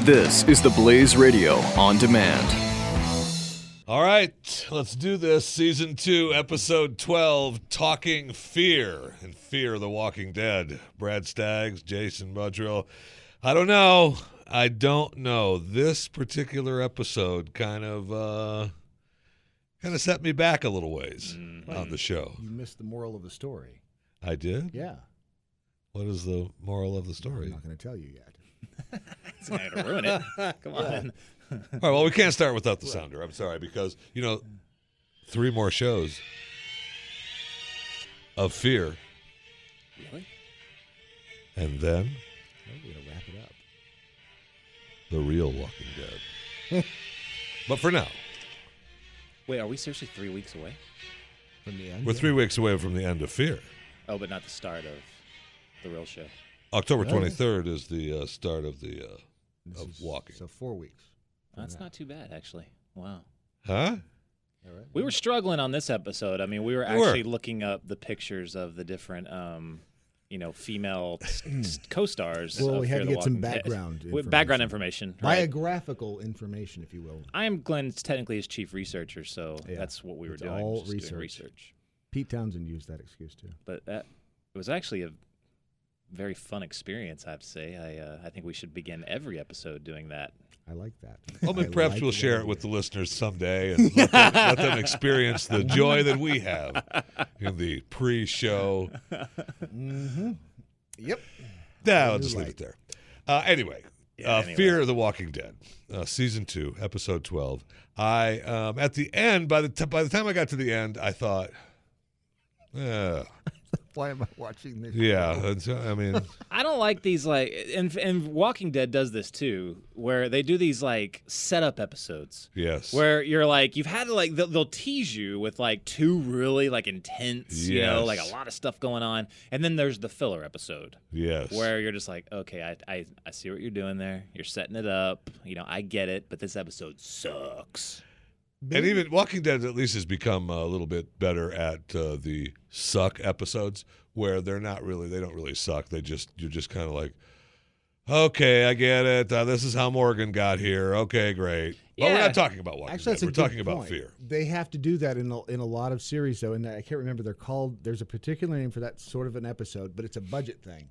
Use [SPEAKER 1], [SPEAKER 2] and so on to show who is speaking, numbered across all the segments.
[SPEAKER 1] This is the Blaze Radio on demand.
[SPEAKER 2] All right, let's do this. Season 2, Episode 12 Talking Fear and Fear of the Walking Dead. Brad Staggs, Jason Mudrill. I don't know. I don't know. This particular episode kind of. Uh, Kind of set me back a little ways on the show.
[SPEAKER 3] You missed the moral of the story.
[SPEAKER 2] I did.
[SPEAKER 3] Yeah.
[SPEAKER 2] What is the moral of the
[SPEAKER 3] I'm
[SPEAKER 2] story?
[SPEAKER 3] not going to tell you yet.
[SPEAKER 4] It's not going to ruin it. Come on.
[SPEAKER 2] All right. Well, we can't start without the sounder. I'm sorry because you know, three more shows of fear,
[SPEAKER 4] Really?
[SPEAKER 2] and then
[SPEAKER 3] We're going to wrap it up.
[SPEAKER 2] the real Walking Dead. but for now,
[SPEAKER 4] Wait, are we seriously three weeks away?
[SPEAKER 3] From the end.
[SPEAKER 2] we're three weeks away from the end of fear.
[SPEAKER 4] Oh, but not the start of the real show.
[SPEAKER 2] October
[SPEAKER 3] Okay.
[SPEAKER 2] 23rd is the uh, start of the. Uh,
[SPEAKER 3] This
[SPEAKER 2] of
[SPEAKER 3] is-
[SPEAKER 2] walking.
[SPEAKER 3] So four weeks.
[SPEAKER 4] That's not too bad, actually. Wow.
[SPEAKER 2] huh?
[SPEAKER 3] All right.
[SPEAKER 4] We were struggling on this episode. I mean, we were
[SPEAKER 2] We were.
[SPEAKER 4] actually looking up the pictures of the different, um, you know, female s- s- co-stars.
[SPEAKER 3] Hmm. Well,
[SPEAKER 4] of
[SPEAKER 3] we had
[SPEAKER 4] Fear
[SPEAKER 3] to
[SPEAKER 4] the
[SPEAKER 3] get some
[SPEAKER 4] Walking Dead.
[SPEAKER 3] background
[SPEAKER 4] With background information. Right?
[SPEAKER 3] Biographical information, if you will.
[SPEAKER 4] I am Glenn's technically his chief researcher, so
[SPEAKER 3] Yeah.
[SPEAKER 4] that's what we were
[SPEAKER 3] It's
[SPEAKER 4] doing.
[SPEAKER 3] all
[SPEAKER 4] just doing
[SPEAKER 3] research.
[SPEAKER 4] research.
[SPEAKER 3] Pete Townsend used that excuse too.
[SPEAKER 4] but that it was actually a very fun experience. I have to say, I uh, I think we should begin every episode doing that.
[SPEAKER 3] I like that.
[SPEAKER 2] Well, then
[SPEAKER 3] I
[SPEAKER 2] perhaps
[SPEAKER 3] like
[SPEAKER 2] we'll
[SPEAKER 3] that
[SPEAKER 2] share it
[SPEAKER 3] idea.
[SPEAKER 2] with the listeners someday and let them, let them experience the joy that we have in the pre-show.
[SPEAKER 3] Yep.
[SPEAKER 2] Yeah, I'll just leave
[SPEAKER 3] light.
[SPEAKER 2] it there. Uh, anyway, uh,
[SPEAKER 4] anyway.
[SPEAKER 2] Fear of the Walking Dead, uh, season two, episode twelve. I um, at the end by the t- by the time I got to the end, I thought, uh,
[SPEAKER 3] Why am I watching this?
[SPEAKER 2] yeah. that's- I mean,
[SPEAKER 4] I don't like these like and and Walking Dead does this too, where they do these like setup episodes.
[SPEAKER 2] yes.
[SPEAKER 4] Where you're like you've had to like they'll, they'll tease you with like two really like intense you know like a
[SPEAKER 2] Yes.
[SPEAKER 4] lot of stuff going on and then there's the filler episode
[SPEAKER 2] yes.
[SPEAKER 4] where you're just like okay I, I I see what you're doing there you're setting it up you know I get it but this episode sucks
[SPEAKER 2] and even Walking Dead at least has become a little bit better at uh, the suck episodes where they're not really they don't really suck. They just you're just kind of like. Okay, I get it. Uh, this is how Morgan got here. Okay, great. But we're
[SPEAKER 4] Yeah.
[SPEAKER 2] not talking about Walking
[SPEAKER 3] Actually, that's
[SPEAKER 2] Dead.
[SPEAKER 3] a
[SPEAKER 2] We're
[SPEAKER 3] good
[SPEAKER 2] talking about
[SPEAKER 3] point.
[SPEAKER 2] fear.
[SPEAKER 3] They have to do that in a, in a lot of series, though, and I can't remember they're called. There's a particular name for that sort of an episode, but it's a budget thing.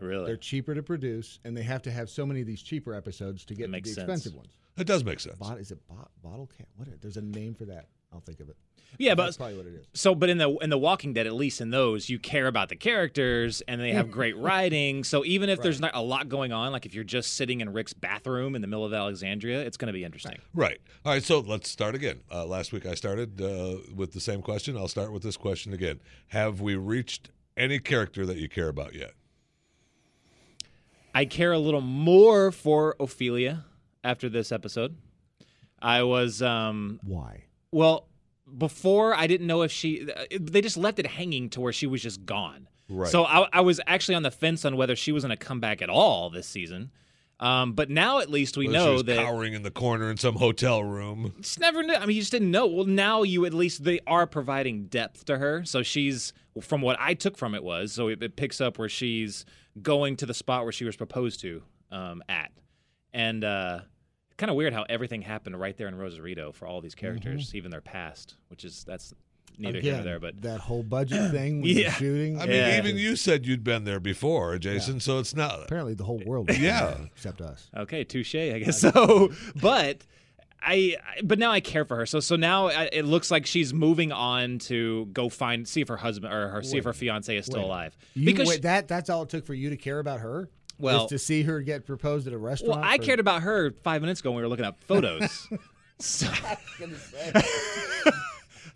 [SPEAKER 4] really
[SPEAKER 3] They're cheaper to produce, and they have to have so many of these cheaper episodes to get to the
[SPEAKER 4] Makes sense.
[SPEAKER 3] expensive ones.
[SPEAKER 2] It does make sense.
[SPEAKER 3] Bot, is it bot, bottle cap? What? Is, there's a name for that. I'll think of it.
[SPEAKER 4] Yeah,
[SPEAKER 3] That's
[SPEAKER 4] but
[SPEAKER 3] probably what it is.
[SPEAKER 4] so but in the in the Walking Dead, at least in those, you care about the characters and they have great writing. So even if there's not a lot going on, like if you're just sitting in Rick's bathroom in the middle of Alexandria, it's going to be interesting.
[SPEAKER 2] Right. All right. So let's start again. Uh, last week I started uh, with the same question. I'll start with this question again. Have we reached any character that you care about yet?
[SPEAKER 4] I care a little more for Ophelia after this episode. I was um
[SPEAKER 3] Why?
[SPEAKER 4] well before I didn't know if she uh, they just left it hanging to where she was just gone.
[SPEAKER 2] Right.
[SPEAKER 4] So I, I was actually on the fence on whether she was going to come back at all this season. Um, but now at least we
[SPEAKER 2] Whether she
[SPEAKER 4] know
[SPEAKER 2] was
[SPEAKER 4] that
[SPEAKER 2] cowering in the corner in some hotel room.
[SPEAKER 4] just never knew. I mean, you just didn't know. Well, now you at least they are providing depth to her. So she's from what I took from it was so it, it picks up where she's going to the spot where she was proposed to um, at, and uh, kind of weird how everything happened right there in Rosarito for all these characters, even their past, which is that's neither here
[SPEAKER 3] Again,
[SPEAKER 4] nor there. But
[SPEAKER 3] that whole budget thing with the
[SPEAKER 4] Yeah.
[SPEAKER 3] shooting.
[SPEAKER 2] I mean,
[SPEAKER 4] Yeah.
[SPEAKER 2] even you said you'd been there before, Jason. So it's not.
[SPEAKER 3] Apparently, the whole world. was
[SPEAKER 2] Yeah.
[SPEAKER 3] doing that, except us.
[SPEAKER 4] Okay, touche. I guess so. but I, I, but now I care for her. So so now I, it looks like she's moving on to go find see if her husband or her see if her fiance is still alive.
[SPEAKER 3] You,
[SPEAKER 4] because
[SPEAKER 3] wait, that that's all it took for you to care about her.
[SPEAKER 4] Well-
[SPEAKER 3] is to see her get proposed at a restaurant.
[SPEAKER 4] well, I
[SPEAKER 3] for-
[SPEAKER 4] cared about her five minutes ago when we were looking up photos. so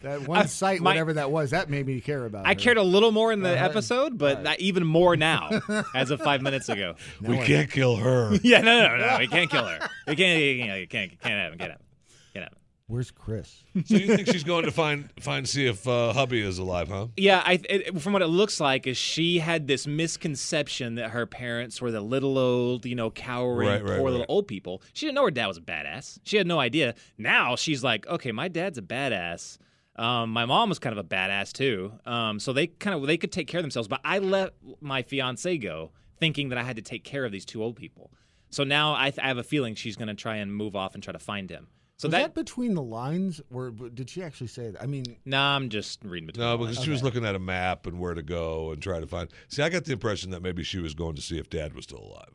[SPEAKER 3] that one site,
[SPEAKER 4] my-
[SPEAKER 3] whatever that was. That made me care about.
[SPEAKER 4] I
[SPEAKER 3] her.
[SPEAKER 4] cared a little more in the episode, but not even more now as of five minutes ago.
[SPEAKER 2] we can't kill her.
[SPEAKER 4] Yeah, no, no, no, no. We can't kill her. We can't. You can't. You can't. Can't happen. Can't happen. Can't happen.
[SPEAKER 3] Where's Chris?
[SPEAKER 2] so you think she's going to find find see if uh, hubby is alive, huh?
[SPEAKER 4] Yeah, I it, from what it looks like is she had this misconception that her parents were the little old, you know, cowering
[SPEAKER 2] Right, right,
[SPEAKER 4] poor little
[SPEAKER 2] right.
[SPEAKER 4] old people. She didn't know her dad was a badass. She had no idea. Now she's like, okay, my dad's a badass. Um, my mom was kind of a badass too. Um, so they kind of they could take care of themselves. But I let my fiance go, thinking that I had to take care of these two old people. So now I, th- I have a feeling she's going to try and move off and try to find him. So
[SPEAKER 3] was that
[SPEAKER 4] that,
[SPEAKER 3] between the lines, or b- did she actually say that? I mean,
[SPEAKER 4] nah, I'm just reading between.
[SPEAKER 2] No,
[SPEAKER 4] the lines.
[SPEAKER 2] because she was looking at a map and where to go and trying to find. See, I got the impression that maybe she was going to see if Dad was still alive.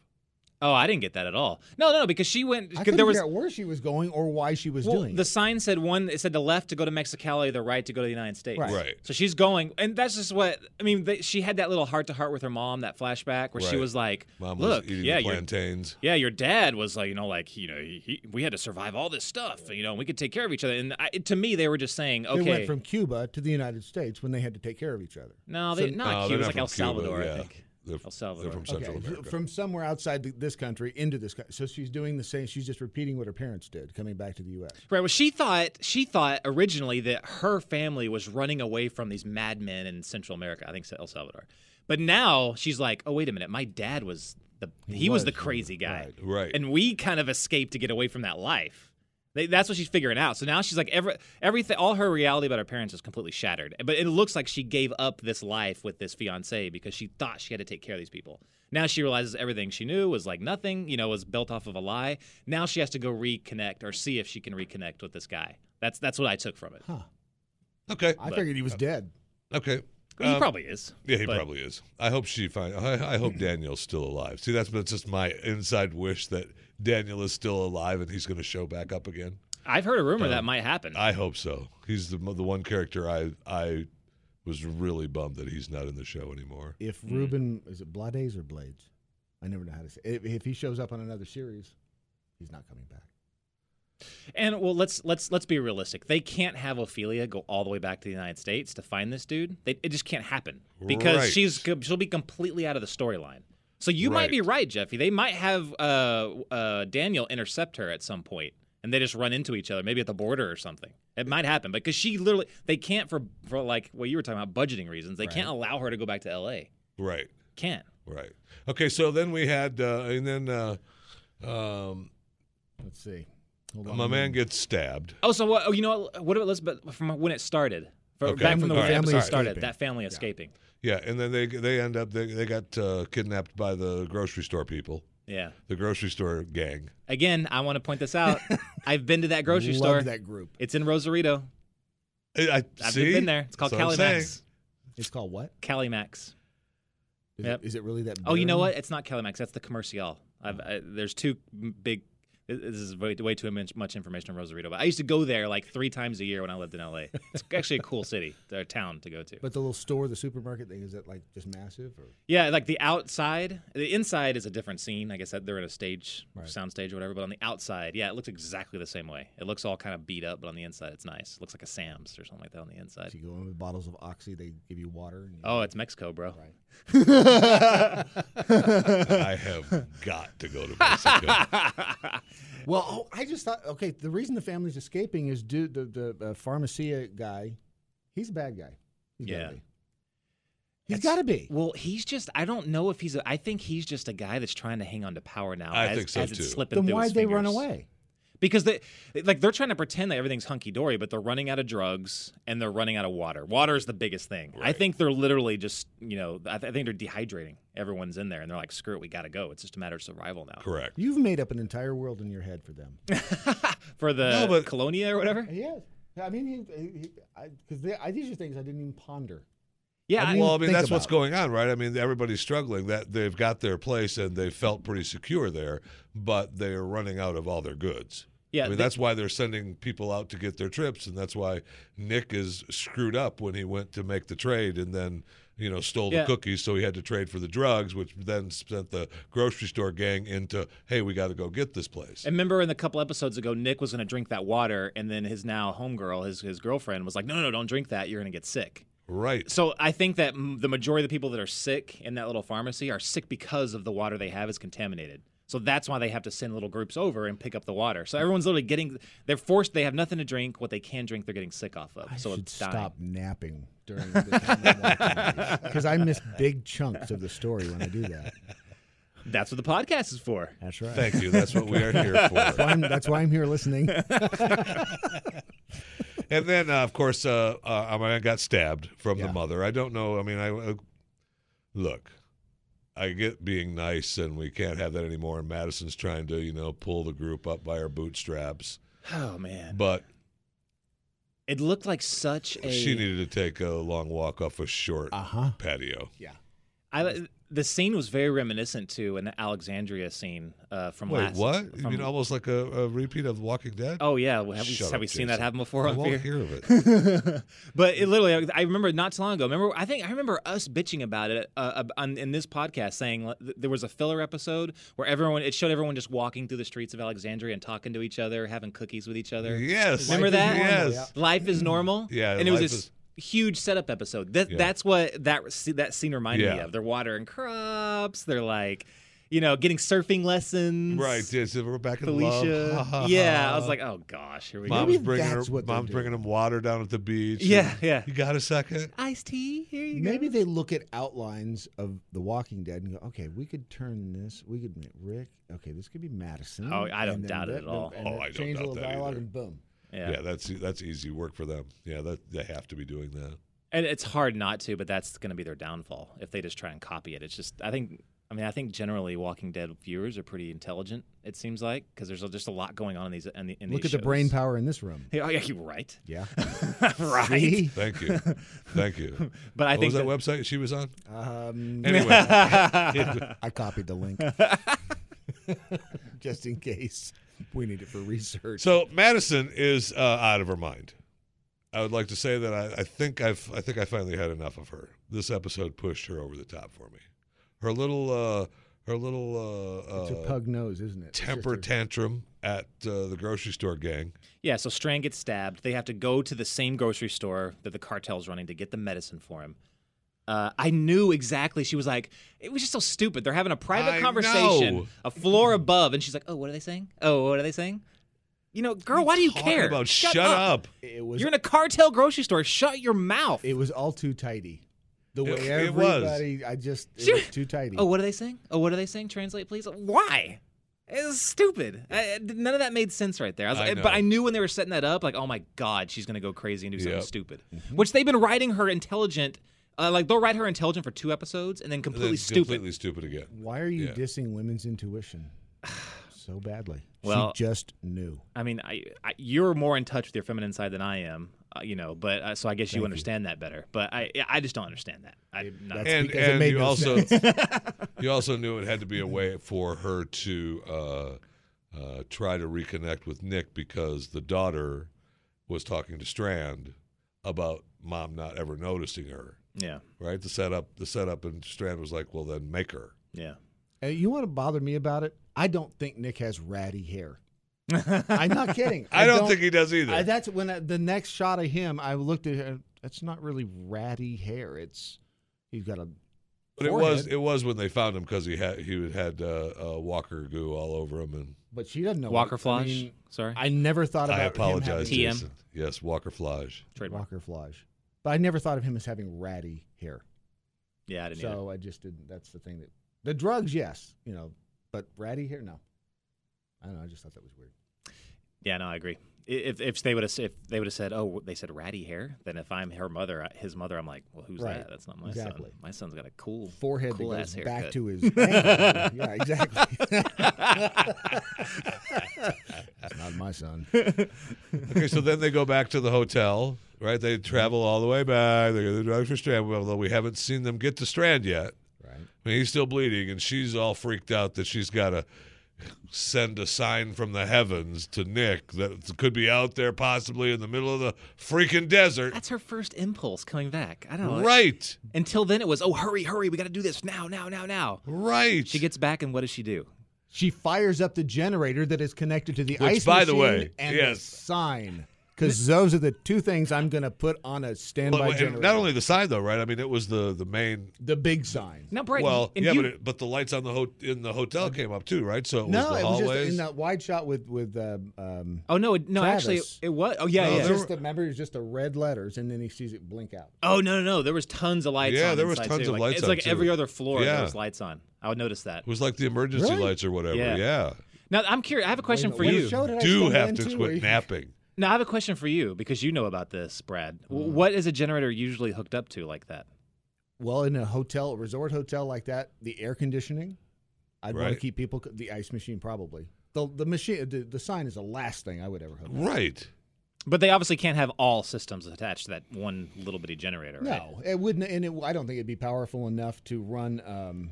[SPEAKER 4] Oh, I didn't get that at all. No, no, no, because she went.
[SPEAKER 3] I
[SPEAKER 4] 'cause
[SPEAKER 3] couldn't
[SPEAKER 4] there was
[SPEAKER 3] figure out where she was going or why she was
[SPEAKER 4] well,
[SPEAKER 3] doing
[SPEAKER 4] the
[SPEAKER 3] it.
[SPEAKER 4] sign said one. It said the left to go to Mexicali, the right to go to the United States.
[SPEAKER 3] Right.
[SPEAKER 2] Right.
[SPEAKER 4] So she's going, and that's just what I mean. They, she had that little heart to heart with her mom, that flashback where she
[SPEAKER 2] Right.
[SPEAKER 4] was like,
[SPEAKER 2] Mom
[SPEAKER 4] "Look,
[SPEAKER 2] was eating
[SPEAKER 4] yeah,
[SPEAKER 2] the
[SPEAKER 4] your,
[SPEAKER 2] plantains.
[SPEAKER 4] yeah, your dad was like, you know, like you know, he, he, we had to survive all this stuff, you know, and we could take care of each other." And I, to me, they were just saying,
[SPEAKER 3] They
[SPEAKER 4] "Okay,
[SPEAKER 3] went from Cuba to the United States when they had to take care of each other.
[SPEAKER 4] no, they,
[SPEAKER 3] so-
[SPEAKER 2] No,
[SPEAKER 4] not Cuba,
[SPEAKER 2] Oh, they're
[SPEAKER 4] it Ah,
[SPEAKER 2] not
[SPEAKER 4] was like
[SPEAKER 2] from Cuba,
[SPEAKER 4] El Salvador,
[SPEAKER 2] yeah.
[SPEAKER 4] I think."
[SPEAKER 2] They're,
[SPEAKER 4] El Salvador.
[SPEAKER 2] They're from Central
[SPEAKER 3] okay,
[SPEAKER 2] America.
[SPEAKER 3] from somewhere outside th- this country into this country. So she's doing the same. She's just repeating what her parents did, coming back to the U.S.
[SPEAKER 4] Right. Well, she thought she thought originally that her family was running away from these madmen in Central America. I think El Salvador. But now she's like, oh wait a minute, my dad was the he, was,
[SPEAKER 3] was,
[SPEAKER 4] the crazy guy,
[SPEAKER 3] right.
[SPEAKER 2] Right.
[SPEAKER 4] and we kind of escaped to get away from that life. They, that's what she's figuring out. So now she's like, every everything, all her reality about her parents is completely shattered. But it looks like she gave up this life with this fiance because she thought she had to take care of these people. Now she realizes everything she knew was like nothing, you know, was built off of a lie. Now she has to go reconnect or see if she can reconnect with this guy. That's that's what I took from it.
[SPEAKER 2] okay.
[SPEAKER 3] I figured he
[SPEAKER 4] uh,
[SPEAKER 3] was dead.
[SPEAKER 2] Okay.
[SPEAKER 4] He
[SPEAKER 2] Um,
[SPEAKER 4] probably is.
[SPEAKER 2] Yeah, he
[SPEAKER 4] but-
[SPEAKER 2] probably is. I hope she find. I, I hope Daniel's still alive. See, that's that's just my inside wish that Daniel is still alive and he's going to show back up again.
[SPEAKER 4] I've heard a rumor that might happen.
[SPEAKER 2] I hope so. He's the the one character I I was really bummed that he's not in the show anymore.
[SPEAKER 3] If
[SPEAKER 4] mm.
[SPEAKER 3] Ruben is it Blades or Blades? I never know how to say. If, if he shows up on another series, he's not coming back.
[SPEAKER 4] And well, let's let's let's be realistic. They can't have Ophelia go all the way back to the United States to find this dude. They, it just can't happen because
[SPEAKER 2] Right.
[SPEAKER 4] she's co- she'll be completely out of the storyline. So you might be
[SPEAKER 2] Right.
[SPEAKER 4] right, Jeffy. They might have uh, uh, Daniel intercept her at some point, and they just run into each other, maybe at the border or something. It might happen because she literally they can't for for like what you were talking about budgeting reasons. They can't allow her to go back to L.A.
[SPEAKER 2] Right.
[SPEAKER 4] Can't.
[SPEAKER 2] Right. Okay. So then we had, uh, and then uh, um,
[SPEAKER 3] Let's see. Hold on
[SPEAKER 2] my
[SPEAKER 3] a
[SPEAKER 2] man
[SPEAKER 3] minute.
[SPEAKER 2] gets stabbed.
[SPEAKER 4] Oh, so what? Oh, you know what? What about let's but from when it started. From,
[SPEAKER 2] Okay.
[SPEAKER 4] Back from the
[SPEAKER 2] All
[SPEAKER 4] way
[SPEAKER 2] right.
[SPEAKER 4] the episode
[SPEAKER 3] Family
[SPEAKER 4] started,
[SPEAKER 3] escaping.
[SPEAKER 4] that family escaping.
[SPEAKER 2] Yeah. And then they they end up they they got uh, kidnapped by the grocery store people,
[SPEAKER 4] yeah.
[SPEAKER 2] the grocery store gang.
[SPEAKER 4] Again, I want to point this out. I've been to that grocery
[SPEAKER 3] Loved
[SPEAKER 4] store.
[SPEAKER 3] that group.
[SPEAKER 4] It's in Rosarito.
[SPEAKER 2] I, I
[SPEAKER 4] I've
[SPEAKER 2] see.
[SPEAKER 4] been there. It's called
[SPEAKER 2] That's what I'm
[SPEAKER 4] Calimax.
[SPEAKER 3] It's called what?
[SPEAKER 4] Calimax.
[SPEAKER 3] Is,
[SPEAKER 4] Yep.
[SPEAKER 3] it, is it really that?
[SPEAKER 4] Oh, you know
[SPEAKER 3] barren?
[SPEAKER 4] what? It's not Calimax. That's the Comercial. I've, I, there's two m- big. This is way, way too much- much information on Rosarito, but I used to go there like three times a year when I lived in LA. It's actually a cool city or town to go to.
[SPEAKER 3] But the little store, the supermarket thing, is that like just massive? Or
[SPEAKER 4] Yeah, like the outside, the inside is a different scene. I guess that they're in a stage, soundstage sound stage or whatever. But on the outside, yeah, it looks exactly the same way. It looks all kind of beat up, but on the inside, it's nice. It looks like a Sam's or something like that on the inside.
[SPEAKER 3] if you go in with bottles of Oxy, they give you water. And you
[SPEAKER 4] Oh, it's Mexico, bro.
[SPEAKER 2] saying. I have got to go to Mexico.
[SPEAKER 3] Well, oh, I just thought, okay, the reason the family's escaping is dude, the the uh, pharmacia guy, he's a bad guy. He's
[SPEAKER 4] Yeah.
[SPEAKER 3] gotta be. He's got
[SPEAKER 4] That's-
[SPEAKER 3] to be.
[SPEAKER 4] Well, he's just, I don't know if he's, a, I think he's just a guy that's trying to hang on to power now
[SPEAKER 2] I
[SPEAKER 4] as,
[SPEAKER 2] think so,
[SPEAKER 4] as it's
[SPEAKER 2] too.
[SPEAKER 4] slipping
[SPEAKER 3] Then
[SPEAKER 4] through
[SPEAKER 3] why'd
[SPEAKER 4] his
[SPEAKER 3] they run
[SPEAKER 4] fingers.
[SPEAKER 3] away?
[SPEAKER 4] Because they, like, they're trying to pretend that everything's hunky dory, but they're running out of drugs and they're running out of water. Water is the biggest thing. I think they're literally just, you know, I, th- I think they're dehydrating. Everyone's in there and they're like, screw it, we got to go. It's just a matter of survival now.
[SPEAKER 2] Correct.
[SPEAKER 3] You've made up an entire world in your head for them.
[SPEAKER 4] For the
[SPEAKER 2] No, but-
[SPEAKER 4] colonia or whatever?
[SPEAKER 3] yes. I mean, he, he, I, cause they, I, these are things I didn't even ponder.
[SPEAKER 4] Yeah. I-
[SPEAKER 2] well, I mean,
[SPEAKER 3] think
[SPEAKER 2] that's what's
[SPEAKER 3] about
[SPEAKER 2] going on, right? I mean, everybody's struggling. That they've got their place and they felt pretty secure there, but they are running out of all their goods.
[SPEAKER 4] Yeah,
[SPEAKER 2] I mean,
[SPEAKER 4] they-
[SPEAKER 2] that's why they're sending people out to get their trips, and that's why Nick is screwed up when he went to make the trade and then you know stole
[SPEAKER 4] Yeah.
[SPEAKER 2] the cookies, so he had to trade for the drugs, which then sent the grocery store gang into, hey, we got to go get this place.
[SPEAKER 4] And remember in the couple episodes ago, Nick was going to drink that water, and then his now homegirl, his his girlfriend, was like, "No, no, no, don't drink that. You're going to get sick."
[SPEAKER 2] right.
[SPEAKER 4] So I think that m- the majority of the people that are sick in that little pharmacy are sick because of the water they have is contaminated. So that's why they have to send little groups over and pick up the water. So everyone's literally getting they're forced. They have nothing to drink. What they can drink, they're getting sick off of. so
[SPEAKER 3] should
[SPEAKER 4] it's dying.
[SPEAKER 3] stop napping during the because I miss big chunks of the story when I do that.
[SPEAKER 4] That's what the podcast is for.
[SPEAKER 3] That's right.
[SPEAKER 2] Thank you. That's what we are here for.
[SPEAKER 3] I'm, that's why I'm here listening.
[SPEAKER 2] and then uh, of course uh, uh, I mean, I got stabbed from
[SPEAKER 3] Yeah.
[SPEAKER 2] the mother. I don't know. I mean, I uh, look. I get being nice, and we can't have that anymore. And Madison's trying to, you know, pull the group up by our bootstraps.
[SPEAKER 4] Oh man,
[SPEAKER 2] But
[SPEAKER 4] it looked like such a.
[SPEAKER 2] she needed to take a long walk off a short
[SPEAKER 3] huh.
[SPEAKER 2] patio.
[SPEAKER 3] Yeah.
[SPEAKER 4] I, the scene was very reminiscent to an Alexandria scene uh, from
[SPEAKER 2] Wait,
[SPEAKER 4] last.
[SPEAKER 2] what? You
[SPEAKER 4] from-
[SPEAKER 2] mean almost like a, a repeat of Walking Dead?
[SPEAKER 4] Oh yeah, well, have we,
[SPEAKER 2] Shut
[SPEAKER 4] have
[SPEAKER 2] up,
[SPEAKER 4] we seen that
[SPEAKER 2] Jason.
[SPEAKER 4] happen before
[SPEAKER 2] I
[SPEAKER 4] on
[SPEAKER 2] won't
[SPEAKER 4] Fear?
[SPEAKER 2] hear of it.
[SPEAKER 4] but it literally, I remember not too long ago. Remember, I think I remember us bitching about it uh, on, in this podcast, saying like, th- there was a filler episode where everyone it showed everyone just walking through the streets of Alexandria and talking to each other, having cookies with each other.
[SPEAKER 2] Yes.
[SPEAKER 4] Remember that?
[SPEAKER 2] Yes.
[SPEAKER 4] Life is normal.
[SPEAKER 2] Mm-hmm. Yeah,
[SPEAKER 4] and it was
[SPEAKER 2] life
[SPEAKER 4] this
[SPEAKER 2] is-
[SPEAKER 4] huge setup episode. That
[SPEAKER 2] Yeah.
[SPEAKER 4] that's what that se- that scene reminded me
[SPEAKER 2] Yeah.
[SPEAKER 4] of. They're watering crops. They're like, you know, getting surfing lessons.
[SPEAKER 2] Right. Yes, we're back in love. Ha,
[SPEAKER 4] Felicia.
[SPEAKER 2] ha,
[SPEAKER 4] yeah,
[SPEAKER 2] ha.
[SPEAKER 4] I was like, oh gosh, here we
[SPEAKER 2] mom's
[SPEAKER 4] go.
[SPEAKER 3] Maybe
[SPEAKER 2] bringing her,
[SPEAKER 3] that's what they're
[SPEAKER 2] mom's
[SPEAKER 3] doing.
[SPEAKER 2] bringing him water down at the beach.
[SPEAKER 4] Yeah,
[SPEAKER 2] and,
[SPEAKER 4] yeah.
[SPEAKER 2] You got a second?
[SPEAKER 4] Iced tea. Here you
[SPEAKER 3] Maybe
[SPEAKER 4] go.
[SPEAKER 3] they look at outlines of The Walking Dead and go, okay, we could turn this. We could make Rick. Okay, this could be Madison.
[SPEAKER 4] Oh, I don't
[SPEAKER 3] and then
[SPEAKER 4] doubt it
[SPEAKER 3] that-
[SPEAKER 4] at all.
[SPEAKER 3] and
[SPEAKER 2] Oh,
[SPEAKER 3] then
[SPEAKER 2] I don't
[SPEAKER 3] change
[SPEAKER 2] doubt
[SPEAKER 3] a little
[SPEAKER 2] that
[SPEAKER 3] dialogue
[SPEAKER 2] either.
[SPEAKER 3] and boom.
[SPEAKER 2] Yeah. that's that's easy work for them. Yeah, that they have to be doing that.
[SPEAKER 4] And it's hard not to, but that's going to be their downfall if they just try and copy it. It's just, I think, I mean, I think generally Walking Dead viewers are pretty intelligent. It seems like because there's just a lot going on in these. In, the, in
[SPEAKER 3] Look at
[SPEAKER 4] these
[SPEAKER 3] the brain
[SPEAKER 4] shows.
[SPEAKER 3] power in this room.
[SPEAKER 4] Yeah, oh, yeah, you're right.
[SPEAKER 3] Yeah.
[SPEAKER 4] right.
[SPEAKER 3] See?
[SPEAKER 2] Thank you, thank you.
[SPEAKER 4] But I
[SPEAKER 2] what was
[SPEAKER 4] think
[SPEAKER 2] that,
[SPEAKER 4] that-
[SPEAKER 2] website she was on?
[SPEAKER 3] Um,
[SPEAKER 2] Anyway,
[SPEAKER 3] I copied the link just in case we need it for research.
[SPEAKER 2] so Madison is uh, out of her mind. I would like to say that I, I think I've I think I finally had enough of her. This episode pushed her over the top for me. Her little uh, her little uh,
[SPEAKER 3] it's
[SPEAKER 2] uh,
[SPEAKER 3] a pug nose, isn't it? It's just
[SPEAKER 2] temper
[SPEAKER 3] a-
[SPEAKER 2] tantrum at uh, the grocery store gang.
[SPEAKER 4] Yeah, so Strand gets stabbed. They have to go to the same grocery store that the cartel's running to get the medicine for him. Uh, I knew exactly. She was like, it was just so stupid. They're having a private
[SPEAKER 2] I
[SPEAKER 4] conversation
[SPEAKER 2] know.
[SPEAKER 4] a floor above, and she's like, oh, what are they saying? Oh, what are they saying? You know, girl, why do you
[SPEAKER 2] Talking
[SPEAKER 4] care?
[SPEAKER 2] About
[SPEAKER 4] Shut, up.
[SPEAKER 3] It was.
[SPEAKER 4] You're in a cartel grocery store. Shut your mouth.
[SPEAKER 3] it was all too tidy. The way
[SPEAKER 2] It- it was.
[SPEAKER 3] everybody, I just it
[SPEAKER 4] Sure.
[SPEAKER 3] was too tidy.
[SPEAKER 4] oh, what are they saying? Oh, what are they saying? Translate, please. Why? It was stupid. I, I- none of that made sense right there. I was
[SPEAKER 2] I
[SPEAKER 4] like,
[SPEAKER 2] know.
[SPEAKER 4] but I knew when they were setting that up, like, oh my god, she's gonna go crazy and do something
[SPEAKER 2] Yep.
[SPEAKER 4] stupid, which they've been writing her intelligent. Uh, like they'll write her intelligent for two episodes and then
[SPEAKER 2] And
[SPEAKER 4] completely
[SPEAKER 2] then
[SPEAKER 4] stupid.
[SPEAKER 2] Completely stupid again.
[SPEAKER 3] Why are you
[SPEAKER 2] Yeah.
[SPEAKER 3] dissing women's intuition so badly?
[SPEAKER 4] Well-
[SPEAKER 3] she just knew.
[SPEAKER 4] I mean, I, I, you're more in touch with your feminine side than I am, uh, you know. But uh, so I guess you understand that better. But I, I just don't understand that. I, not,
[SPEAKER 3] That's
[SPEAKER 2] And
[SPEAKER 3] because it
[SPEAKER 2] and
[SPEAKER 3] made
[SPEAKER 2] you
[SPEAKER 3] no
[SPEAKER 2] also
[SPEAKER 3] sense.
[SPEAKER 2] you also knew it had to be a way for her to uh, uh, try to reconnect with Nick because the daughter was talking to Strand about mom not ever noticing her.
[SPEAKER 4] yeah,
[SPEAKER 2] Right, the setup, the setup, and Strand was like, "Well, then make her."
[SPEAKER 4] yeah.
[SPEAKER 3] Uh, you want to bother me about it? I don't think Nick has ratty hair. I'm not kidding.
[SPEAKER 2] I, don't, think he does either.
[SPEAKER 3] I, that's when I, the next shot of him. I looked at him. That's not really ratty hair. It's he's got a.
[SPEAKER 2] but it was
[SPEAKER 3] forehead.
[SPEAKER 2] it was when they found him because he had he had uh, uh, Walker goo all over him, and
[SPEAKER 3] But she doesn't know.
[SPEAKER 4] Walker
[SPEAKER 3] what- I
[SPEAKER 4] Flosh.
[SPEAKER 3] mean,
[SPEAKER 4] Sorry,
[SPEAKER 3] I never thought about
[SPEAKER 2] I
[SPEAKER 3] him
[SPEAKER 2] apologize,
[SPEAKER 3] having
[SPEAKER 4] TM.
[SPEAKER 2] Jason. Yes, Walker Flage.
[SPEAKER 4] trademark.
[SPEAKER 3] Walker Flosh, but I never thought of him as having ratty hair.
[SPEAKER 4] Yeah, I didn't. either.
[SPEAKER 3] So I just didn't. That's the thing that the drugs, yes, you know, but ratty hair, no. I don't know. I just thought that was weird.
[SPEAKER 4] Yeah, no, I agree. I- If if they would have if they would have said, oh, they said ratty hair, then if I'm her mother, I- his mother, I'm like, well, who's
[SPEAKER 3] Right.
[SPEAKER 4] that? That's not my
[SPEAKER 3] Exactly.
[SPEAKER 4] son. My son's got a cool
[SPEAKER 3] Forehead
[SPEAKER 4] cool
[SPEAKER 3] that
[SPEAKER 4] ass
[SPEAKER 3] goes
[SPEAKER 4] haircut.
[SPEAKER 3] back to his. ankle. yeah, exactly. That's not my son.
[SPEAKER 2] Okay, so then they go back to the hotel, right? They travel all the way back. They go to the drugs for Strand, although we haven't seen them get to Strand yet.
[SPEAKER 3] Right.
[SPEAKER 2] I mean, he's still bleeding, and she's all freaked out that she's got to send a sign from the heavens to Nick that could be out there possibly in the middle of the freaking desert.
[SPEAKER 4] That's her first impulse coming back. I don't know.
[SPEAKER 2] Right,
[SPEAKER 4] Until then, it was, oh, hurry, hurry, we got to do this now, now, now, now.
[SPEAKER 2] right.
[SPEAKER 4] She gets back, and what does she do?
[SPEAKER 3] She fires up the generator that is connected to the
[SPEAKER 2] Which,
[SPEAKER 3] ice
[SPEAKER 2] by the
[SPEAKER 3] machine
[SPEAKER 2] way,
[SPEAKER 3] and
[SPEAKER 2] yes.
[SPEAKER 3] the sign. Because those are the two things I'm going to put on a
[SPEAKER 2] Well,
[SPEAKER 3] standby
[SPEAKER 2] and
[SPEAKER 3] generator.
[SPEAKER 2] not only the sign though, right? I mean, it was the the main.
[SPEAKER 3] the big sign.
[SPEAKER 4] Now, Bright.
[SPEAKER 2] well,
[SPEAKER 4] and
[SPEAKER 2] yeah,
[SPEAKER 4] you,
[SPEAKER 2] but it, but the lights on the ho- in the hotel came up too, right? So it was the
[SPEAKER 3] no, it was
[SPEAKER 2] hallways.
[SPEAKER 3] just in that wide shot with with um, um,
[SPEAKER 4] oh no, it- no, actually,
[SPEAKER 3] Travis.
[SPEAKER 4] it was. Oh yeah,
[SPEAKER 2] No,
[SPEAKER 4] yeah.
[SPEAKER 2] there
[SPEAKER 3] just the remember it was just the red letters, and then he sees it blink out.
[SPEAKER 4] oh no, no, no. There was tons of lights.
[SPEAKER 2] Yeah,
[SPEAKER 4] on
[SPEAKER 2] there was
[SPEAKER 4] inside,
[SPEAKER 2] tons
[SPEAKER 4] too.
[SPEAKER 2] of
[SPEAKER 4] Like,
[SPEAKER 2] lights
[SPEAKER 4] It's
[SPEAKER 2] on,
[SPEAKER 4] like
[SPEAKER 2] too.
[SPEAKER 4] every other floor
[SPEAKER 2] Yeah.
[SPEAKER 4] there was lights on. I would notice that.
[SPEAKER 2] It was like the emergency
[SPEAKER 3] Really?
[SPEAKER 2] lights or whatever.
[SPEAKER 4] Yeah.
[SPEAKER 2] yeah.
[SPEAKER 4] Now, I'm curious. I have a question
[SPEAKER 3] Wait,
[SPEAKER 4] for
[SPEAKER 3] what
[SPEAKER 4] you.
[SPEAKER 3] show did I
[SPEAKER 2] do
[SPEAKER 3] stumble
[SPEAKER 2] have to
[SPEAKER 3] into?
[SPEAKER 2] quit napping.
[SPEAKER 4] Now I have a
[SPEAKER 2] Mm.
[SPEAKER 4] question for you because you know about this, Brad. W What is a generator usually hooked up to like that?
[SPEAKER 3] well, in a hotel, a resort hotel like that, the air conditioning, I'd want
[SPEAKER 2] Right.
[SPEAKER 3] to keep people. c- The ice machine probably. The the machine, the, the sign is the last thing I would ever hope.
[SPEAKER 2] Right.
[SPEAKER 4] But they obviously can't have all systems attached to that one little bitty generator. Right?
[SPEAKER 3] No, it wouldn't, and it, I don't think it'd be powerful enough to run um,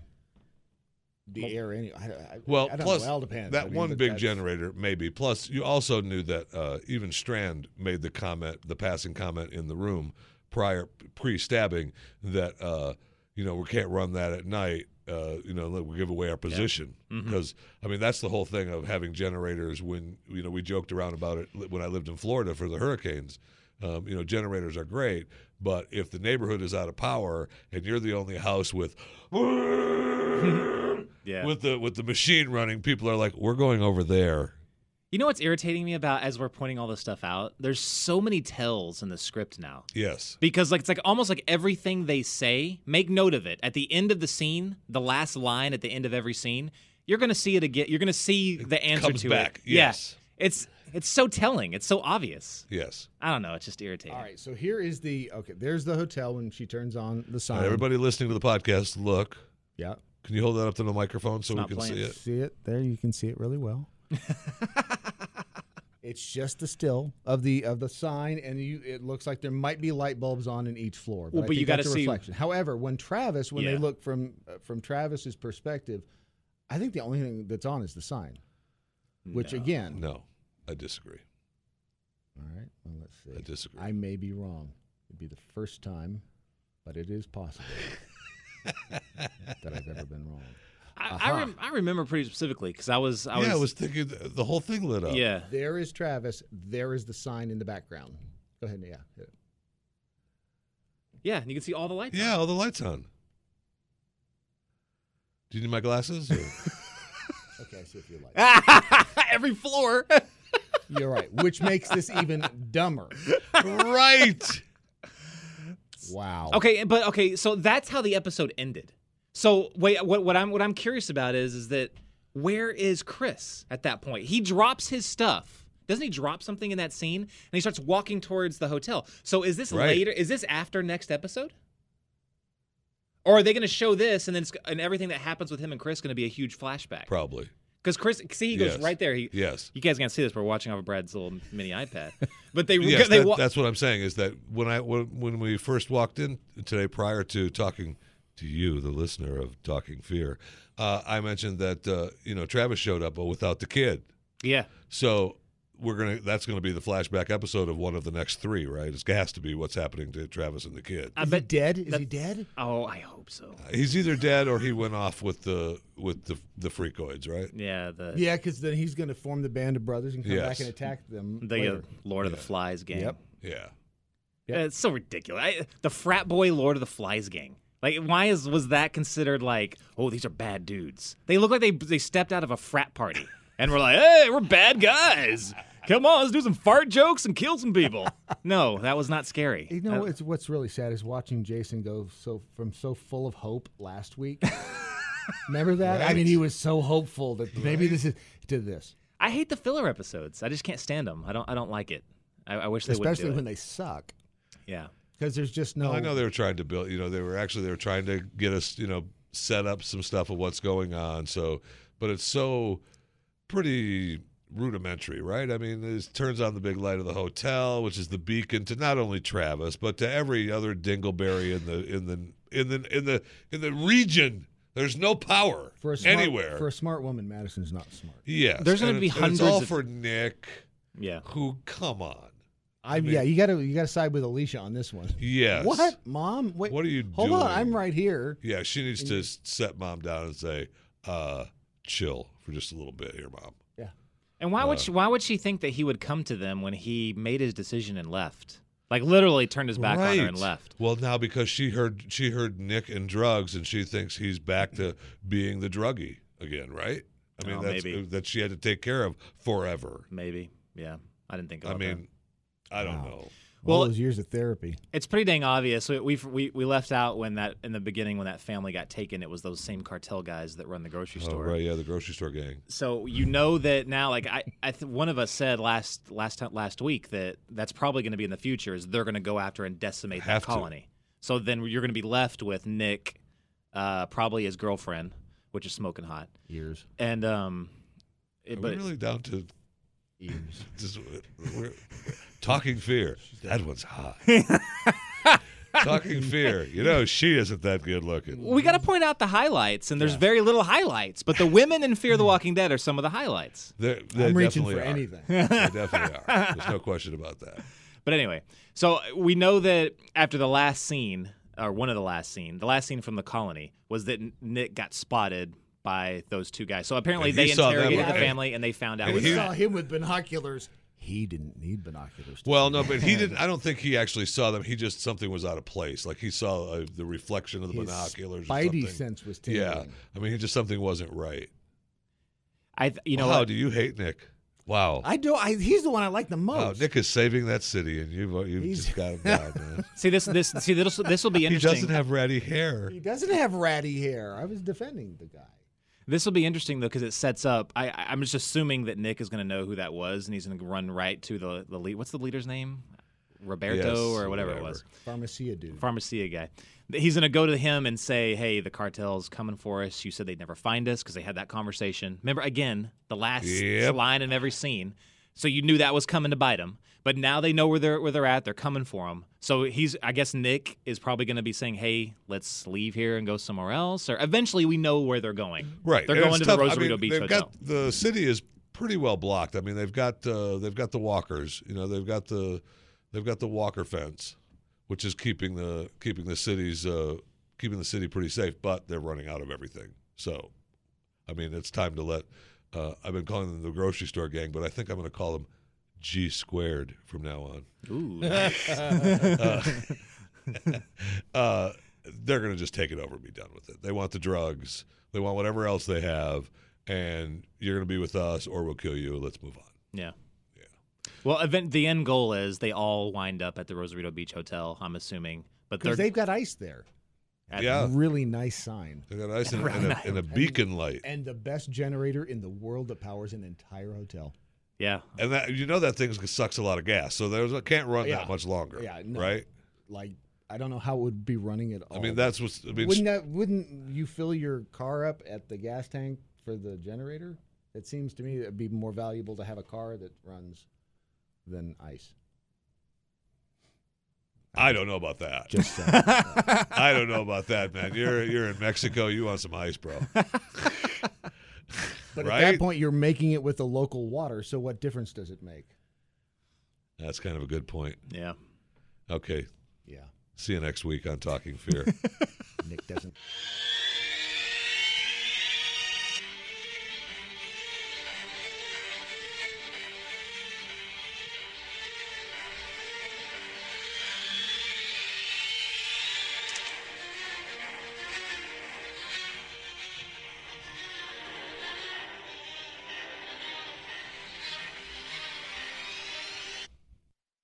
[SPEAKER 3] the air. Any, I, I,
[SPEAKER 2] Well,
[SPEAKER 3] I don't
[SPEAKER 2] plus
[SPEAKER 3] know, it all depends.
[SPEAKER 2] that
[SPEAKER 3] I mean,
[SPEAKER 2] one
[SPEAKER 3] but
[SPEAKER 2] big
[SPEAKER 3] that's-
[SPEAKER 2] generator, maybe. Plus, you also knew that uh, even Strand made the comment, the passing comment in the room prior, pre-stabbing, that uh, you know we can't run that at night. Uh, you know, look, we give away our position
[SPEAKER 3] Mm-hmm.
[SPEAKER 2] because I mean that's the whole thing of having generators. When you know we joked around about it li- when I lived in Florida for the hurricanes. Um, you know, generators are great, but if the neighborhood is out of power and you're the only house with
[SPEAKER 4] Yeah.
[SPEAKER 2] with the with the machine running, people are like, "We're going over there."
[SPEAKER 4] you know what's irritating me about as we're pointing all this stuff out? There's so many tells in the script now.
[SPEAKER 2] Yes,
[SPEAKER 4] Because like it's like almost like everything they say, make note of it. At the end of the scene, the last line at the end of every scene, you're gonna see it again. You're gonna see the answer
[SPEAKER 2] comes
[SPEAKER 4] to
[SPEAKER 2] back,
[SPEAKER 4] it.
[SPEAKER 2] yes.
[SPEAKER 4] Yeah. It's it's so telling. It's so obvious.
[SPEAKER 2] yes.
[SPEAKER 4] I don't know. It's just irritating.
[SPEAKER 3] All right, so here is the okay. There's the hotel when she turns on the
[SPEAKER 2] Now,
[SPEAKER 4] Um,
[SPEAKER 3] sign.
[SPEAKER 2] everybody listening to the podcast, look.
[SPEAKER 3] yeah,
[SPEAKER 2] Can you hold that up to the microphone so we
[SPEAKER 4] not
[SPEAKER 2] can
[SPEAKER 4] playing.
[SPEAKER 2] see it?
[SPEAKER 3] see it there. You can see it really well. it's just a still of the of the sign, and you. It looks like there might be light bulbs on in each floor.
[SPEAKER 4] Well,
[SPEAKER 3] I
[SPEAKER 4] but you
[SPEAKER 3] think
[SPEAKER 4] gotta
[SPEAKER 3] that's a
[SPEAKER 4] see-
[SPEAKER 3] reflection. However, when Travis, when
[SPEAKER 4] Yeah.
[SPEAKER 3] they look from uh, from Travis's perspective, I think the only thing that's on is the sign. Which
[SPEAKER 4] No.
[SPEAKER 3] again,
[SPEAKER 2] No, I disagree.
[SPEAKER 3] All right. Well, let's see.
[SPEAKER 2] I disagree.
[SPEAKER 3] I may be wrong. It'd be the first time, but it is possible that I've ever been wrong.
[SPEAKER 4] I, I, rem- I remember pretty specifically because I was I was
[SPEAKER 2] Uh-huh. yeah, I was thinking th- the whole thing lit up.
[SPEAKER 4] yeah.
[SPEAKER 3] There is Travis. There is the sign in the background. Go ahead. Yeah. hit it.
[SPEAKER 4] Yeah, and you can see all the lights.
[SPEAKER 2] yeah. All the lights on. Do you need my glasses? or-
[SPEAKER 3] Okay. I see if you like. it.
[SPEAKER 4] on. Every floor.
[SPEAKER 2] Oh.
[SPEAKER 3] You're right. Which makes this even dumber.
[SPEAKER 2] right.
[SPEAKER 3] Wow.
[SPEAKER 4] okay, but okay, so that's how the episode ended. So wait, what, what I'm what I'm curious about is is that where is Chris at that point? He drops his stuff. Doesn't he drop something in that scene? And he starts walking towards the hotel. So is this
[SPEAKER 2] Right.
[SPEAKER 4] later? Is this after next episode? Or are they going to show this and then it's, and everything that happens with him and Chris going to be a huge flashback?
[SPEAKER 2] Probably.
[SPEAKER 4] Because Chris, see, he goes
[SPEAKER 2] Yes.
[SPEAKER 4] right there. He,
[SPEAKER 2] Yes.
[SPEAKER 4] You guys can't see this, but we're watching off of Brad's little mini iPad. But they,
[SPEAKER 2] yes,
[SPEAKER 4] they
[SPEAKER 2] that-
[SPEAKER 4] wa-
[SPEAKER 2] that's what I'm saying is that when I when, when we first walked in today, prior to talking to you, the listener of Talking Fear, uh, I mentioned that uh, you know Travis showed up, but without the kid.
[SPEAKER 4] yeah.
[SPEAKER 2] So we're gonna that's gonna be the flashback episode of one of the next three, right? It has to be what's happening to Travis and the kid.
[SPEAKER 4] I
[SPEAKER 3] Is he
[SPEAKER 4] bet.
[SPEAKER 3] dead? Is he
[SPEAKER 4] that-
[SPEAKER 3] dead?
[SPEAKER 4] Oh, I hope so.
[SPEAKER 2] He's either dead or he went off with the with the the freakoids, right?
[SPEAKER 4] Yeah, the
[SPEAKER 3] Yeah, because then he's going to form the band of brothers and come
[SPEAKER 2] Yes.
[SPEAKER 3] back and attack them.
[SPEAKER 4] the uh,
[SPEAKER 3] later.
[SPEAKER 4] Lord of the Flies gang.
[SPEAKER 3] Yep.
[SPEAKER 2] Yeah.
[SPEAKER 3] Yep.
[SPEAKER 4] Uh, It's so ridiculous. I, the frat boy Lord of the Flies gang. Like, why is was that considered like? Oh, these are bad dudes. They look like they they stepped out of a frat party, and we're like, hey, we're bad guys. Come on, let's do some fart jokes and kill some people. no, that was not scary.
[SPEAKER 3] You know,
[SPEAKER 4] Uh,
[SPEAKER 3] it's what's really sad is watching Jason go so from so full of hope last week. Remember that? I mean, he was so hopeful that maybe this is to this,
[SPEAKER 4] I hate the filler episodes. I just can't stand them. I don't. I don't like it. I, I wish they
[SPEAKER 3] especially
[SPEAKER 4] would
[SPEAKER 3] when
[SPEAKER 4] do
[SPEAKER 3] they suck,
[SPEAKER 4] it. Yeah.
[SPEAKER 3] because there's just no.
[SPEAKER 2] I know they were trying to build. You know, they were actually they were trying to get us. You know, set up some stuff of what's going on. So, but it's so pretty rudimentary, right? I mean, it turns on the big light of the hotel, which is the beacon to not only Travis but to every other dingleberry in the in the in the in the in the region. There's no power
[SPEAKER 3] for a smart,
[SPEAKER 2] anywhere.
[SPEAKER 3] for a smart woman, Madison's not smart.
[SPEAKER 2] yes,
[SPEAKER 4] There's gonna
[SPEAKER 2] and
[SPEAKER 4] be
[SPEAKER 2] it's- and It's all
[SPEAKER 4] hundreds of-
[SPEAKER 2] for Nick,
[SPEAKER 4] Yeah.
[SPEAKER 2] who come on.
[SPEAKER 3] I, yeah, you gotta you gotta side with Alicia on this one.
[SPEAKER 2] Yes.
[SPEAKER 3] What, mom? Wait,
[SPEAKER 2] What are you
[SPEAKER 3] hold
[SPEAKER 2] doing?
[SPEAKER 3] on, I'm right here.
[SPEAKER 2] Yeah, she needs to s- set mom down and say, uh, chill for just a little bit here, mom.
[SPEAKER 3] Yeah,
[SPEAKER 4] And
[SPEAKER 3] Uh.
[SPEAKER 4] why would she, why would she think that he would come to them when he made his decision and left? Like literally turned his back on her and left.
[SPEAKER 2] Well, now because she heard she heard Nick and drugs and she thinks he's back to being the druggie again, right? I mean,
[SPEAKER 4] Oh,
[SPEAKER 2] that's uh,
[SPEAKER 4] maybe.
[SPEAKER 2] that she had to take care of forever.
[SPEAKER 4] Maybe. Yeah. I didn't think
[SPEAKER 2] I
[SPEAKER 4] about that.
[SPEAKER 2] mean, I don't
[SPEAKER 3] Wow.
[SPEAKER 2] know.
[SPEAKER 3] well, all
[SPEAKER 4] Well-
[SPEAKER 3] those years of therapy.
[SPEAKER 4] It's pretty dang obvious. We, we've, we we left out when that in the beginning when that family got taken. It was those same cartel guys that run the grocery
[SPEAKER 2] Oh,
[SPEAKER 4] store.
[SPEAKER 2] right, yeah, the grocery store gang.
[SPEAKER 4] So you know that now. Like I, I th- one of us said last last ti- last week that that's probably going to be in the future. Is they're going to go after and decimate
[SPEAKER 2] Have
[SPEAKER 4] that
[SPEAKER 2] to.
[SPEAKER 4] colony. So then you're going to be left with Nick, uh, probably his girlfriend, which is smoking hot,
[SPEAKER 5] Ears.
[SPEAKER 4] and um, it,
[SPEAKER 2] Are
[SPEAKER 4] but
[SPEAKER 2] we really down to
[SPEAKER 5] Ears.
[SPEAKER 2] just we're, talking fear? That one's hot. talking fear. You know she isn't that good looking.
[SPEAKER 4] we got to point out the highlights, and there's very little highlights. But the women in
[SPEAKER 2] Hmm.
[SPEAKER 4] Fear the Walking Dead are some of the highlights.
[SPEAKER 2] They're, they
[SPEAKER 3] I'm reaching
[SPEAKER 2] definitely
[SPEAKER 3] for
[SPEAKER 2] are.
[SPEAKER 3] anything.
[SPEAKER 2] They definitely are. There's no question about that.
[SPEAKER 4] But anyway, so we know that after the last scene, or one of the last scene, the last scene from the colony was that Nick got spotted by those two guys. So apparently
[SPEAKER 2] And he
[SPEAKER 4] they
[SPEAKER 2] saw them
[SPEAKER 4] interrogated the
[SPEAKER 2] and-
[SPEAKER 4] family and they found out.
[SPEAKER 2] and
[SPEAKER 4] what
[SPEAKER 2] he-
[SPEAKER 3] we
[SPEAKER 4] it
[SPEAKER 3] saw
[SPEAKER 4] was.
[SPEAKER 3] him with binoculars.
[SPEAKER 5] He didn't need binoculars. To
[SPEAKER 2] Well, no, but he didn't. I don't think he actually saw them. He just something was out of place. Like he saw uh, the reflection of the
[SPEAKER 3] His
[SPEAKER 2] binoculars. or
[SPEAKER 3] Spidey
[SPEAKER 2] something.
[SPEAKER 3] sense was tingling.
[SPEAKER 2] Yeah, I mean, he just something wasn't right.
[SPEAKER 4] I, th- you know,
[SPEAKER 2] wow,
[SPEAKER 4] what?
[SPEAKER 2] do you hate Nick? Wow.
[SPEAKER 3] I do. I, he's the one I like the most.
[SPEAKER 2] Wow, Oh, Nick is saving that city, and you've you've
[SPEAKER 3] He's-
[SPEAKER 2] just got him down, man.
[SPEAKER 4] see this, this, see this, this will be
[SPEAKER 2] he
[SPEAKER 4] interesting.
[SPEAKER 2] doesn't have ratty hair.
[SPEAKER 3] He doesn't have ratty hair. I was defending the guy.
[SPEAKER 4] This will be interesting though because it sets up. I, I- I'm just assuming that Nick is going to know who that was and he's going to run right to the the lead. What's the leader's name? Roberto
[SPEAKER 2] Yes,
[SPEAKER 4] or whatever, it
[SPEAKER 2] whatever.
[SPEAKER 4] was.
[SPEAKER 3] Pharmacia dude.
[SPEAKER 4] Pharmacia guy. He's going to go to him and say, "Hey, the cartel's coming for us. You said they'd never find us because they had that conversation. Remember again, the last
[SPEAKER 2] Yep.
[SPEAKER 4] line in every scene. So you knew that was coming to bite them. But now they know where they're where they're at. They're coming for them. So he's, I guess, Nick is probably going to be saying, "Hey, let's leave here and go somewhere else." Or eventually, we know where they're going.
[SPEAKER 2] Right,
[SPEAKER 4] They're
[SPEAKER 2] and
[SPEAKER 4] going
[SPEAKER 2] it's
[SPEAKER 4] to
[SPEAKER 2] tough.
[SPEAKER 4] the Rosarito
[SPEAKER 2] I mean,
[SPEAKER 4] Beach
[SPEAKER 2] they've
[SPEAKER 4] Hotel.
[SPEAKER 2] Got, the city is pretty well blocked. I mean, they've got uh, they've got the walkers. You know, they've got the they've got the walker fence, which is keeping the keeping the city's uh, keeping the city pretty safe. But they're running out of everything. So, I mean, it's time to let. Uh, I've been calling them the grocery store gang, but I think I'm going to call them G squared from now on.
[SPEAKER 4] Ooh,
[SPEAKER 2] uh, they're going to just take it over and be done with it. They want the drugs. They want whatever else they have. And you're going to be with us or we'll kill you. Let's move on.
[SPEAKER 4] yeah. Well, event, the end goal is they all wind up at the Rosarito Beach Hotel. I'm assuming, but they're
[SPEAKER 3] Because they've got ice there.
[SPEAKER 4] at-
[SPEAKER 2] yeah.
[SPEAKER 3] Really nice sign.
[SPEAKER 2] They got ice and, and, a, and a beacon light.
[SPEAKER 3] And the best generator in the world that powers an entire hotel.
[SPEAKER 4] yeah.
[SPEAKER 2] And that you know that thing sucks a lot of gas. So there's it can't run
[SPEAKER 3] Oh, Yeah.
[SPEAKER 2] that much longer.
[SPEAKER 3] Yeah, no.
[SPEAKER 2] Right?
[SPEAKER 3] Like I don't know how it would be running at all.
[SPEAKER 2] I mean, that's what's. I mean,
[SPEAKER 3] wouldn't that wouldn't you fill your car up at the gas tank for the generator? It seems to me it'd be more valuable to have a car that runs than ice.
[SPEAKER 2] I don't know about that.
[SPEAKER 3] Just saying.
[SPEAKER 2] I don't know about that, man. You're you're in Mexico. You want some ice, bro.
[SPEAKER 3] but at
[SPEAKER 2] Right?
[SPEAKER 3] that point, you're making it with the local water. So what difference does it make?
[SPEAKER 2] That's kind of a good point.
[SPEAKER 4] Yeah.
[SPEAKER 2] Okay.
[SPEAKER 3] Yeah,
[SPEAKER 2] See you next week on Talking Fear.
[SPEAKER 3] Nick doesn't.